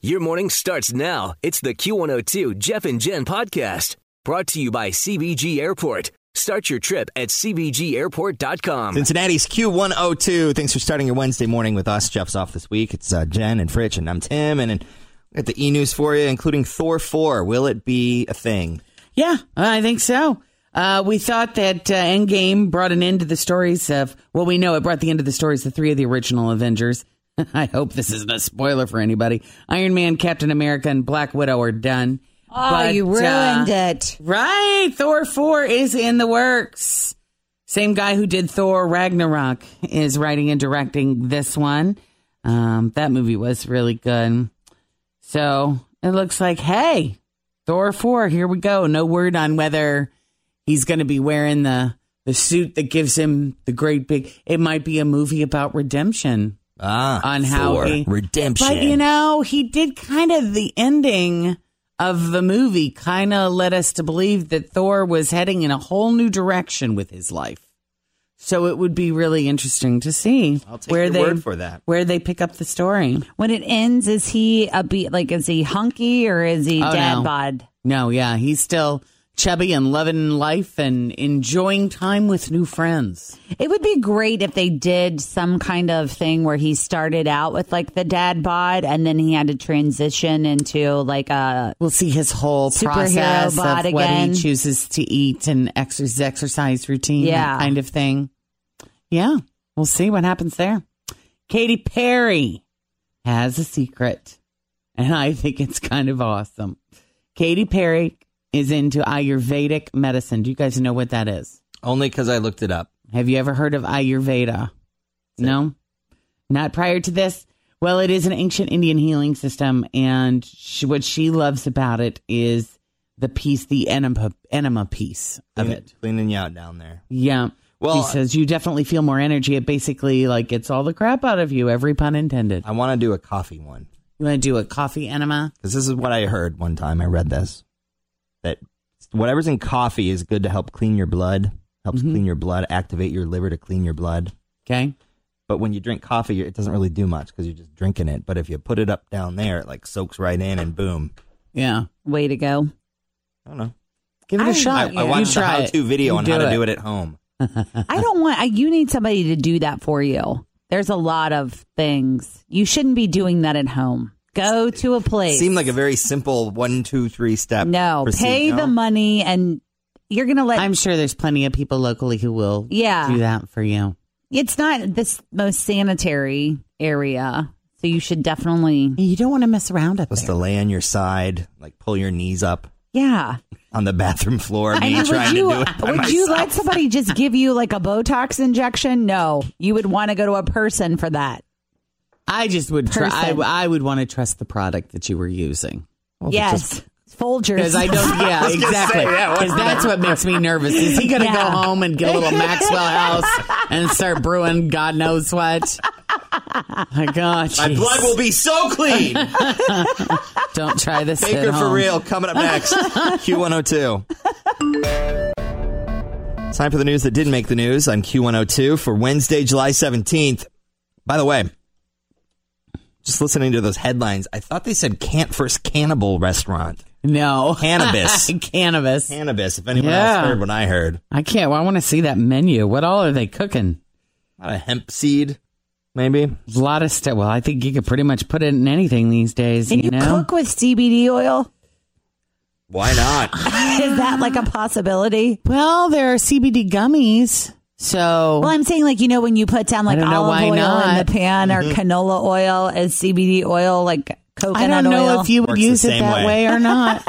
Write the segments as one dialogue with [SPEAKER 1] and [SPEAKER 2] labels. [SPEAKER 1] Your morning starts now. It's the Q102 Jeff and Jen podcast brought to you by CBG Airport. Start your trip at CBGAirport.com.
[SPEAKER 2] Cincinnati's Q102. Thanks for starting your Wednesday morning with us. Jeff's off this week. It's uh, Jen and Fritch, and I'm Tim. And, and we got the e news for you, including Thor 4. Will it be a thing?
[SPEAKER 3] Yeah, I think so. Uh, we thought that uh, Endgame brought an end to the stories of, well, we know it brought the end of the stories of three of the original Avengers. I hope this isn't a spoiler for anybody. Iron Man, Captain America, and Black Widow are done. Oh,
[SPEAKER 4] you ruined it.
[SPEAKER 3] Right. Thor 4 is in the works. Same guy who did Thor Ragnarok is writing and directing this one. Um, that movie was really good. So it looks like, hey, Thor 4, here we go. No word on whether he's going to be wearing the, the suit that gives him the great big. It might be a movie about redemption
[SPEAKER 2] Ah,
[SPEAKER 3] on how
[SPEAKER 2] Thor.
[SPEAKER 3] he,
[SPEAKER 2] redemption.
[SPEAKER 3] But you know, he did kind of the ending of the movie kind of led us to believe that Thor was heading in a whole new direction with his life. So it would be really interesting to see
[SPEAKER 2] I'll take your word for that.
[SPEAKER 3] where they pick up the story.
[SPEAKER 4] When it ends, is he a beat? Like, is he hunky or is he
[SPEAKER 3] Oh,
[SPEAKER 4] dad
[SPEAKER 3] no.
[SPEAKER 4] bod?
[SPEAKER 3] No, yeah, he's still chubby and loving life and enjoying time with new friends.
[SPEAKER 4] It would be great if they did some kind of thing where he started out with like the dad bod and then he had to transition into like a.
[SPEAKER 3] We'll see his whole
[SPEAKER 4] Superhero
[SPEAKER 3] process of
[SPEAKER 4] bod
[SPEAKER 3] what
[SPEAKER 4] again.
[SPEAKER 3] he chooses to eat and ex- his exercise routine, that
[SPEAKER 4] Yeah.
[SPEAKER 3] kind of thing. Yeah, we'll see what happens there. Katy Perry has a secret, and I think it's kind of awesome. Katy Perry is into Ayurvedic medicine. Do you guys know what that is?
[SPEAKER 2] Only because I looked it up.
[SPEAKER 3] Have you ever heard of Ayurveda? No, not prior to this. Well, it is an ancient Indian healing system, and she, what she loves about it is the piece, the enema, enema piece of
[SPEAKER 2] Clean-
[SPEAKER 3] it.
[SPEAKER 2] Cleaning you out down there.
[SPEAKER 4] Um,
[SPEAKER 3] Yeah.
[SPEAKER 2] Well,
[SPEAKER 3] she says you definitely feel more energy. It basically like gets all the crap out of you. Every pun intended.
[SPEAKER 2] I want to do a coffee one.
[SPEAKER 3] You want to do a coffee enema?
[SPEAKER 2] Because this is what I heard one time. I read this. That whatever's in coffee is good to help clean your blood. Helps
[SPEAKER 3] Mm-hmm.
[SPEAKER 2] clean your blood, activate your liver to clean your blood.
[SPEAKER 3] Okay.
[SPEAKER 2] But when you drink coffee, it doesn't really do much because you're just drinking it. But if you put it up down there, it like soaks right in and boom.
[SPEAKER 3] Yeah.
[SPEAKER 4] Way to go.
[SPEAKER 2] I don't know.
[SPEAKER 3] Give it a
[SPEAKER 4] I-
[SPEAKER 3] shot.
[SPEAKER 2] I
[SPEAKER 4] Yeah.
[SPEAKER 2] watched
[SPEAKER 3] you
[SPEAKER 2] a
[SPEAKER 3] try
[SPEAKER 2] how to
[SPEAKER 3] it.
[SPEAKER 2] video
[SPEAKER 3] You
[SPEAKER 2] on how to do it at home.
[SPEAKER 4] I don't want. I, you need somebody to do that for you. There's a lot of things. You shouldn't be doing that at home. Go to a place.
[SPEAKER 2] Seemed like a very simple one, two, three step.
[SPEAKER 4] no,
[SPEAKER 2] procedure.
[SPEAKER 4] pay the money and you're going to let.
[SPEAKER 3] I'm sure there's plenty of people locally who will
[SPEAKER 4] Yeah.
[SPEAKER 3] do that for you.
[SPEAKER 4] it's not this most sanitary area. So you should definitely.
[SPEAKER 3] You don't want to mess around up
[SPEAKER 2] Just
[SPEAKER 3] there.
[SPEAKER 2] to lay on your side, like pull your knees up
[SPEAKER 4] Yeah.
[SPEAKER 2] on the bathroom floor. Me
[SPEAKER 4] mean,
[SPEAKER 2] trying
[SPEAKER 4] you,
[SPEAKER 2] to do it. by
[SPEAKER 4] would
[SPEAKER 2] myself.
[SPEAKER 4] you let somebody just give you like a Botox injection? No, you would want to go to a person for that.
[SPEAKER 3] I just would try. I,
[SPEAKER 4] Person.
[SPEAKER 3] I would want to trust the product that you were using.
[SPEAKER 4] yes, Folgers.
[SPEAKER 3] Because I don't, yeah, exactly. Because that's what makes me nervous. Is he going to go
[SPEAKER 4] Yeah.
[SPEAKER 3] home and get a little Maxwell House and start brewing God knows what? My God,
[SPEAKER 2] My
[SPEAKER 3] jeez.
[SPEAKER 2] blood will be so clean.
[SPEAKER 3] Don't try this. at
[SPEAKER 2] Baker for
[SPEAKER 3] home.
[SPEAKER 2] real coming up next. Q102. It's time for the news that didn't make the news on Q102 for Wednesday, July 17th. By the way, just listening to those headlines, I thought they said can first cannibal restaurant.
[SPEAKER 3] No
[SPEAKER 2] Cannabis.
[SPEAKER 3] Cannabis.
[SPEAKER 2] Cannabis, if anyone
[SPEAKER 3] Yeah.
[SPEAKER 2] else heard what I heard.
[SPEAKER 3] I can't. Well, I want to see that menu. What all are they cooking?
[SPEAKER 2] Not a hemp seed. maybe.
[SPEAKER 3] There's a lot of stuff. Well, I think you could pretty much put it in anything these days.
[SPEAKER 4] Can
[SPEAKER 3] you
[SPEAKER 4] you
[SPEAKER 3] know,
[SPEAKER 4] cook with CBD oil?
[SPEAKER 2] Why not?
[SPEAKER 4] Is that like a possibility?
[SPEAKER 3] well, there are CBD gummies. So
[SPEAKER 4] Well, I'm saying like you know when you put down like
[SPEAKER 3] I don't know
[SPEAKER 4] olive
[SPEAKER 3] why
[SPEAKER 4] oil in
[SPEAKER 3] not. Mm-hmm.
[SPEAKER 4] the pan or canola oil as CBD oil, like coconut
[SPEAKER 3] I don't know
[SPEAKER 4] oil.
[SPEAKER 3] if you would
[SPEAKER 2] Works the
[SPEAKER 3] use it
[SPEAKER 2] same
[SPEAKER 3] that
[SPEAKER 2] way.
[SPEAKER 3] way. or not.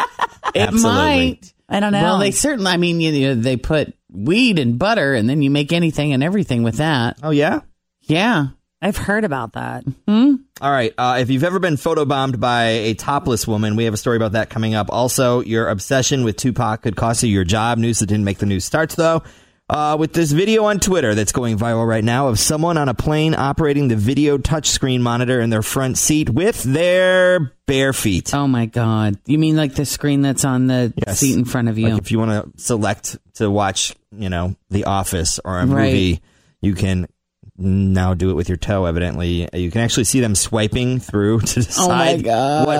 [SPEAKER 3] it
[SPEAKER 2] Absolutely.
[SPEAKER 3] might.
[SPEAKER 4] I don't know.
[SPEAKER 3] Well, they certainly. I mean, you know, they put weed and butter, and then you make anything and everything with that.
[SPEAKER 2] oh yeah.
[SPEAKER 3] Yeah.
[SPEAKER 4] I've heard about that.
[SPEAKER 2] All right. Uh, if you've ever been photobombed by a topless woman, we have a story about that coming up. Also, your obsession with Tupac could cost you your job. News that didn't make the news starts, though, uh, with this video on Twitter that's going viral right now of someone on a plane operating the video touchscreen monitor in their front seat with their bare feet.
[SPEAKER 3] Oh my God. You mean like the screen that's on the
[SPEAKER 2] Yes.
[SPEAKER 3] seat in front of you?
[SPEAKER 2] Like if you want to select to watch, you know, The Office or a
[SPEAKER 3] Right.
[SPEAKER 2] movie, you can now do it with your toe. Evidently, you can actually see them swiping through to
[SPEAKER 3] oh my
[SPEAKER 2] decide
[SPEAKER 3] God.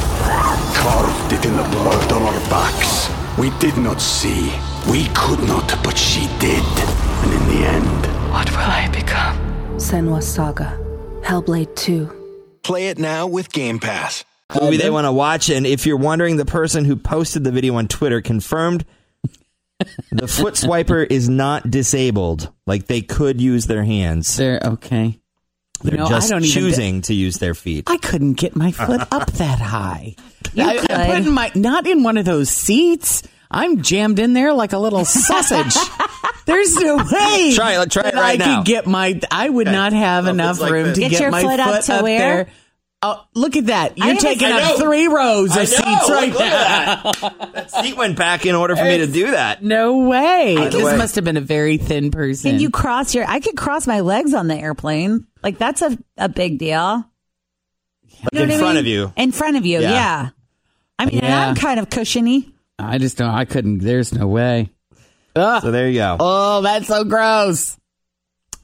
[SPEAKER 5] Carved it in the blood on our backs. We did not see. We could not, but she did. And in the end,
[SPEAKER 6] What will I become?
[SPEAKER 7] Senwa Saga. Hellblade 2.
[SPEAKER 8] Play it now with Game Pass.
[SPEAKER 2] movie they want to watch. And if you're wondering, the person who posted the video on Twitter confirmed the foot swiper is not disabled. Like they could use their hands.
[SPEAKER 3] They're okay.
[SPEAKER 2] They're
[SPEAKER 3] No, I
[SPEAKER 2] just
[SPEAKER 3] don't even-
[SPEAKER 2] choosing to use their feet.
[SPEAKER 3] I couldn't get my foot up that high. I, I
[SPEAKER 4] could.
[SPEAKER 3] put in my not in one of those seats. I'm jammed in there like a little sausage. There's no way.
[SPEAKER 2] Try it- try it
[SPEAKER 3] that
[SPEAKER 2] right
[SPEAKER 3] I
[SPEAKER 2] now.
[SPEAKER 3] could get my. I would not have
[SPEAKER 2] No, if
[SPEAKER 3] enough
[SPEAKER 2] it's like
[SPEAKER 3] room
[SPEAKER 2] this.
[SPEAKER 3] to
[SPEAKER 4] Get
[SPEAKER 3] get,
[SPEAKER 4] your
[SPEAKER 3] my
[SPEAKER 4] foot up to where?
[SPEAKER 3] there. Oh, look at that! You're
[SPEAKER 4] haven't-
[SPEAKER 3] taking
[SPEAKER 2] I
[SPEAKER 3] up
[SPEAKER 2] know.
[SPEAKER 3] three rows
[SPEAKER 2] I
[SPEAKER 3] of seats
[SPEAKER 2] know. Look-
[SPEAKER 3] right
[SPEAKER 2] look
[SPEAKER 3] now.
[SPEAKER 2] at that. That seat went back in order for me to do that.
[SPEAKER 3] No way.
[SPEAKER 2] Either
[SPEAKER 3] This
[SPEAKER 2] way.
[SPEAKER 3] must have been a very thin person.
[SPEAKER 4] Can you cross your? I could cross my legs on the airplane. Like that's a a big deal.
[SPEAKER 2] Like in front of you.
[SPEAKER 4] In front of you,
[SPEAKER 2] Yeah.
[SPEAKER 4] yeah. I mean, and
[SPEAKER 3] Yeah.
[SPEAKER 4] I'm kind of cushiony.
[SPEAKER 3] I just don't. I couldn't. There's no way. Ugh.
[SPEAKER 2] So there you go.
[SPEAKER 3] oh, that's so gross.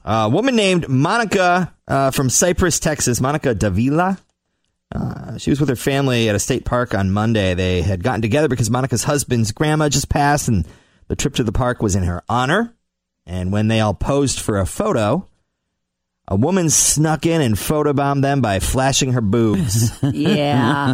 [SPEAKER 2] Uh, A woman named Monica uh, from Cypress, Texas, Monica Davila. Uh, she was with her family at a state park on Monday. They had gotten together because Monica's husband's grandma just passed, and the trip to the park was in her honor. And when they all posed for a photo, a woman snuck in and photobombed them by flashing her boobs.
[SPEAKER 4] Yeah.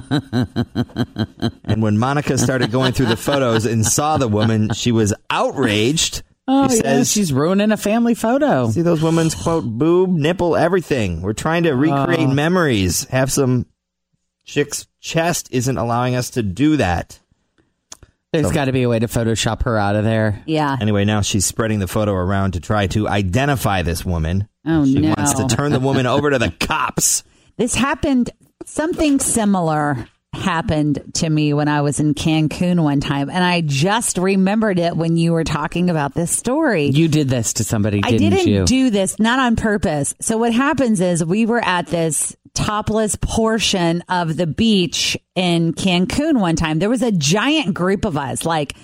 [SPEAKER 2] and when Monica started going through the photos and saw the woman, she was outraged.
[SPEAKER 3] Oh,
[SPEAKER 2] she
[SPEAKER 3] yeah,
[SPEAKER 2] says
[SPEAKER 3] she's ruining a family photo.
[SPEAKER 2] See those women's quote boob, nipple, everything. We're trying to recreate
[SPEAKER 4] Uh.
[SPEAKER 2] memories. Have some chick's chest isn't allowing us to do that.
[SPEAKER 3] There's got to be a way to Photoshop her out of there.
[SPEAKER 4] yeah.
[SPEAKER 2] Anyway, now she's spreading the photo around to try to identify this woman.
[SPEAKER 4] Oh,
[SPEAKER 2] she
[SPEAKER 4] no.
[SPEAKER 2] wants to turn the woman over to the cops.
[SPEAKER 4] This happened, something similar happened to me when I was in Cancun one time. And I just remembered it when you were talking about this story.
[SPEAKER 3] You did this to somebody,
[SPEAKER 4] I
[SPEAKER 3] didn't,
[SPEAKER 4] didn't
[SPEAKER 3] you?
[SPEAKER 4] do this, not on purpose. So what happens is we were at this topless portion of the beach in Cancun one time. There was a giant group of us, like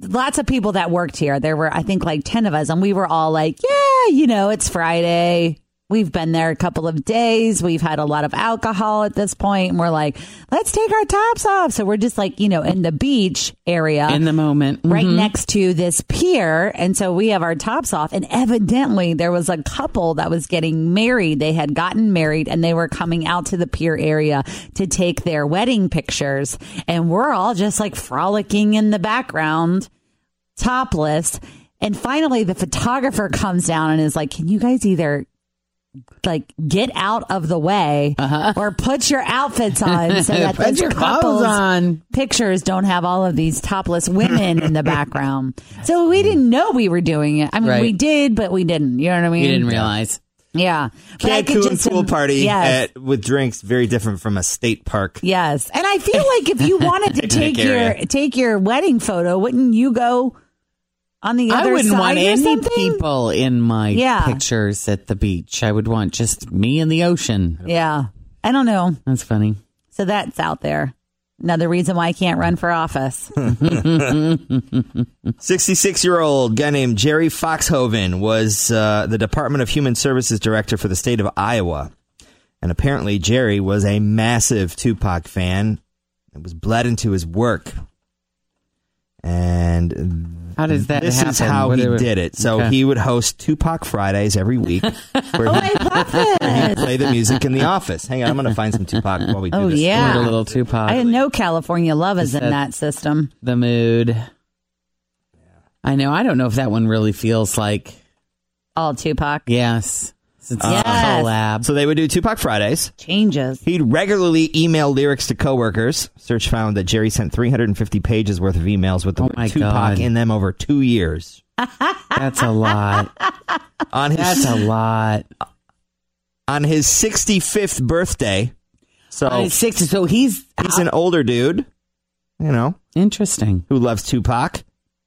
[SPEAKER 4] lots of people that worked here. There were, I think, like 10 of us, and we were all like, yeah, you know, it's Friday. We've been there a couple of days. We've had a lot of alcohol at this point, and we're like, let's take our tops off. So we're just like, you know, in the beach area
[SPEAKER 3] in the moment,
[SPEAKER 4] right
[SPEAKER 3] Mhm.
[SPEAKER 4] next to this pier. And so we have our tops off. And evidently, there was a couple that was getting married. They had gotten married and they were coming out to the pier area to take their wedding pictures. And we're all just like frolicking in the background, topless. And finally, the photographer comes down and is like, Can you guys either like get out of the way or put your outfits on so that
[SPEAKER 3] Uh-huh. Put
[SPEAKER 4] those
[SPEAKER 3] your clothes
[SPEAKER 4] couples
[SPEAKER 3] on.
[SPEAKER 4] pictures don't have all of these topless women in the background. So we didn't know we were doing it. I mean,
[SPEAKER 3] Right.
[SPEAKER 4] we did, but we didn't. You know what I mean?
[SPEAKER 3] You didn't realize.
[SPEAKER 4] Yeah. But I could
[SPEAKER 2] Cancun
[SPEAKER 4] just-
[SPEAKER 2] pool party
[SPEAKER 4] Yes.
[SPEAKER 2] at, with drinks very different from a state park.
[SPEAKER 4] yes. And I feel like if you wanted to
[SPEAKER 2] Picnic
[SPEAKER 4] take your
[SPEAKER 2] area.
[SPEAKER 4] take your wedding photo, wouldn't you go on the
[SPEAKER 3] I
[SPEAKER 4] other
[SPEAKER 3] wouldn't
[SPEAKER 4] side
[SPEAKER 3] want
[SPEAKER 4] or
[SPEAKER 3] any
[SPEAKER 4] something?
[SPEAKER 3] people in my
[SPEAKER 4] Yeah.
[SPEAKER 3] pictures at the beach. I would want just me and the ocean.
[SPEAKER 4] Yeah. I don't know.
[SPEAKER 3] That's funny.
[SPEAKER 4] So that's out there. Another reason why I can't run for office.
[SPEAKER 2] 66 year old guy named Jerry Foxhoven was uh, the Department of Human Services director for the state of Iowa. And apparently, Jerry was a massive Tupac fan. It was bled into his work. And
[SPEAKER 3] How does that
[SPEAKER 2] this
[SPEAKER 3] happen?
[SPEAKER 2] is how
[SPEAKER 3] What
[SPEAKER 2] he
[SPEAKER 3] do-
[SPEAKER 2] did it. So
[SPEAKER 3] Okay.
[SPEAKER 2] he would host Tupac Fridays every week
[SPEAKER 4] Oh,
[SPEAKER 2] where he would play the music in the office. Hang on, I'm going to find some Tupac while we do
[SPEAKER 4] Oh,
[SPEAKER 2] this.
[SPEAKER 4] yeah.
[SPEAKER 3] Like a little Tupac.
[SPEAKER 4] I know California love is in
[SPEAKER 3] that-
[SPEAKER 4] that system.
[SPEAKER 3] the mood. I know. I don't know if that one really feels like
[SPEAKER 4] All Tupac
[SPEAKER 3] yes. Since it's
[SPEAKER 4] Yes.
[SPEAKER 3] a collab.
[SPEAKER 2] So they would do Tupac Fridays.
[SPEAKER 4] changes.
[SPEAKER 2] He'd regularly email lyrics to coworkers. Search found that Jerry sent 350 pages worth of emails with the
[SPEAKER 3] Oh
[SPEAKER 2] word
[SPEAKER 3] my
[SPEAKER 2] Tupac
[SPEAKER 3] God.
[SPEAKER 2] in them over two years.
[SPEAKER 3] That's a lot.
[SPEAKER 2] On
[SPEAKER 3] That's
[SPEAKER 2] his
[SPEAKER 3] a lot.
[SPEAKER 4] Oh.
[SPEAKER 2] on his 65th birthday, so
[SPEAKER 3] Oh,
[SPEAKER 2] he's
[SPEAKER 3] six. So he's
[SPEAKER 2] an older dude, you know,
[SPEAKER 3] interesting.
[SPEAKER 2] who loves Tupac.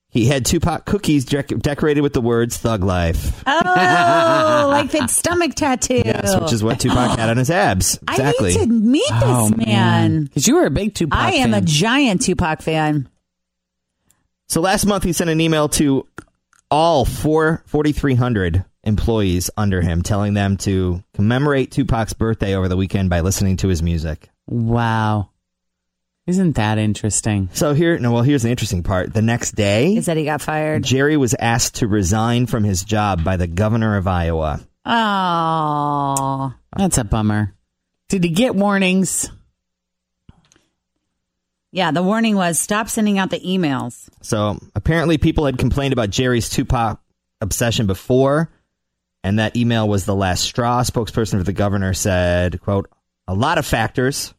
[SPEAKER 2] He had Tupac cookies dec- decorated with the words "Thug Life,"
[SPEAKER 4] Oh, like that stomach tattoo.
[SPEAKER 2] yes, which is what Tupac had on his abs. Exactly.
[SPEAKER 4] I need to meet this man.
[SPEAKER 3] because you were a big Tupac.
[SPEAKER 4] I am a
[SPEAKER 3] fan.
[SPEAKER 4] giant Tupac fan.
[SPEAKER 2] So last month, he sent an email to all four- 4,300 employees under him, telling them to commemorate Tupac's birthday over the weekend by listening to his music.
[SPEAKER 3] wow. Isn't that interesting?
[SPEAKER 2] So here, no, well, here's the interesting part. The next day,
[SPEAKER 4] Is that he got fired?
[SPEAKER 2] Jerry was asked to resign from his job by the governor of Iowa.
[SPEAKER 4] Oh,
[SPEAKER 3] That's a bummer. Did he get warnings?
[SPEAKER 4] yeah. The warning was stop sending out the emails.
[SPEAKER 2] So apparently, people had complained about Jerry's Tupac obsession before, and that email was the last straw. Spokesperson for the governor said, "quote A lot of factors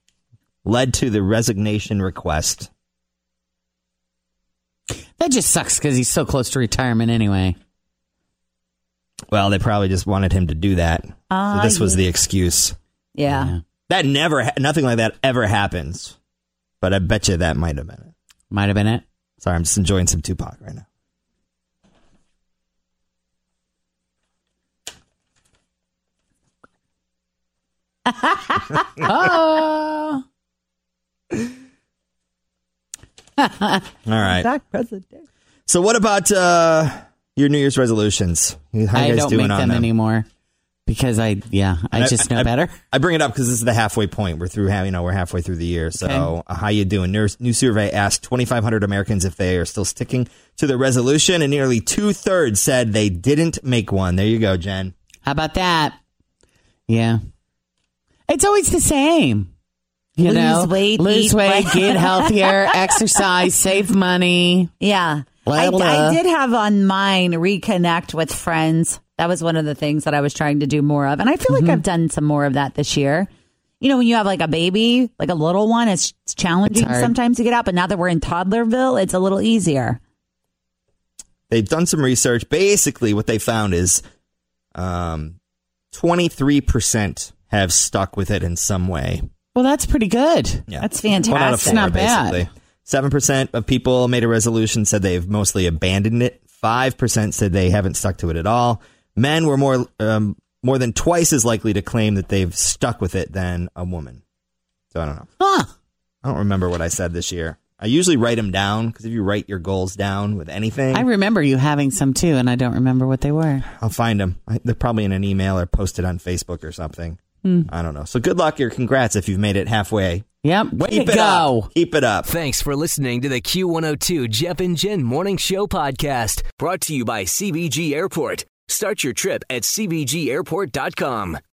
[SPEAKER 2] led to the resignation request."
[SPEAKER 3] That just sucks because he's so close to retirement anyway.
[SPEAKER 2] Well, they probably just wanted him to do that.
[SPEAKER 4] Ah,
[SPEAKER 2] so this was
[SPEAKER 4] yeah.
[SPEAKER 2] the excuse.
[SPEAKER 4] Yeah.
[SPEAKER 2] That never, ha- nothing like that ever happens. But I bet you that might have been it.
[SPEAKER 3] Might have been it.
[SPEAKER 2] Sorry, I'm just enjoying some Tupac right now.
[SPEAKER 3] Oh,
[SPEAKER 2] All right.
[SPEAKER 4] president.
[SPEAKER 2] So what about uh, your New Year's resolutions? How you
[SPEAKER 3] I
[SPEAKER 2] guys
[SPEAKER 3] don't
[SPEAKER 2] doing
[SPEAKER 3] make
[SPEAKER 2] on
[SPEAKER 3] them, anymore because I yeah I, just know better.
[SPEAKER 2] I bring it up because this is the halfway point. We're through, ha- you know, we're halfway through the year. So,
[SPEAKER 3] Okay.
[SPEAKER 2] uh, how you doing? New, new survey asked 2,500 Americans if they are still sticking to their resolution, and nearly two thirds said they didn't make one. There you go, Jen.
[SPEAKER 3] How about that? Yeah, it's always the same. You
[SPEAKER 4] Lose
[SPEAKER 3] know,
[SPEAKER 4] weight,
[SPEAKER 3] lose
[SPEAKER 4] eat
[SPEAKER 3] weight,
[SPEAKER 4] well.
[SPEAKER 3] get healthier, exercise, save money.
[SPEAKER 4] Yeah.
[SPEAKER 3] Blah,
[SPEAKER 4] I,
[SPEAKER 3] blah.
[SPEAKER 4] I did have on mine reconnect with friends. That was one of the things that I was trying to do more of. And I feel
[SPEAKER 3] Mm-hmm.
[SPEAKER 4] like I've done some more of that this year. You know, when you have like a baby, like a little one, it's, it's challenging
[SPEAKER 3] It's hard.
[SPEAKER 4] sometimes to get out. But now that we're in toddlerville, it's a little easier.
[SPEAKER 2] They've done some research. Basically, what they found is um, 23% have stuck with it in some way.
[SPEAKER 3] Well, that's pretty good.
[SPEAKER 2] Yeah.
[SPEAKER 4] That's fantastic.
[SPEAKER 2] One out of
[SPEAKER 3] That's
[SPEAKER 2] four,
[SPEAKER 3] not bad.
[SPEAKER 2] basically. Seven percent of people made a resolution said they've mostly abandoned it. Five percent said they haven't stuck to it at all. Men were more um, more than twice as likely to claim that they've stuck with it than a woman. So I don't know.
[SPEAKER 3] Huh?
[SPEAKER 2] I don't remember what I said this year. I usually write them down because if you write your goals down with anything,
[SPEAKER 3] I remember you having some too, and I don't remember what they were.
[SPEAKER 2] I'll find them. I, they're probably in an email or posted on Facebook or something.
[SPEAKER 3] Hmm.
[SPEAKER 2] I don't know. So good luck or congrats if you've made it halfway.
[SPEAKER 3] Yep. Way
[SPEAKER 2] Keep
[SPEAKER 3] to
[SPEAKER 2] it
[SPEAKER 3] go.
[SPEAKER 2] up. Keep it up.
[SPEAKER 1] Thanks for listening to the Q102 Jeff and Jen Morning Show podcast brought to you by CBG Airport. Start your trip at CBGAirport.com.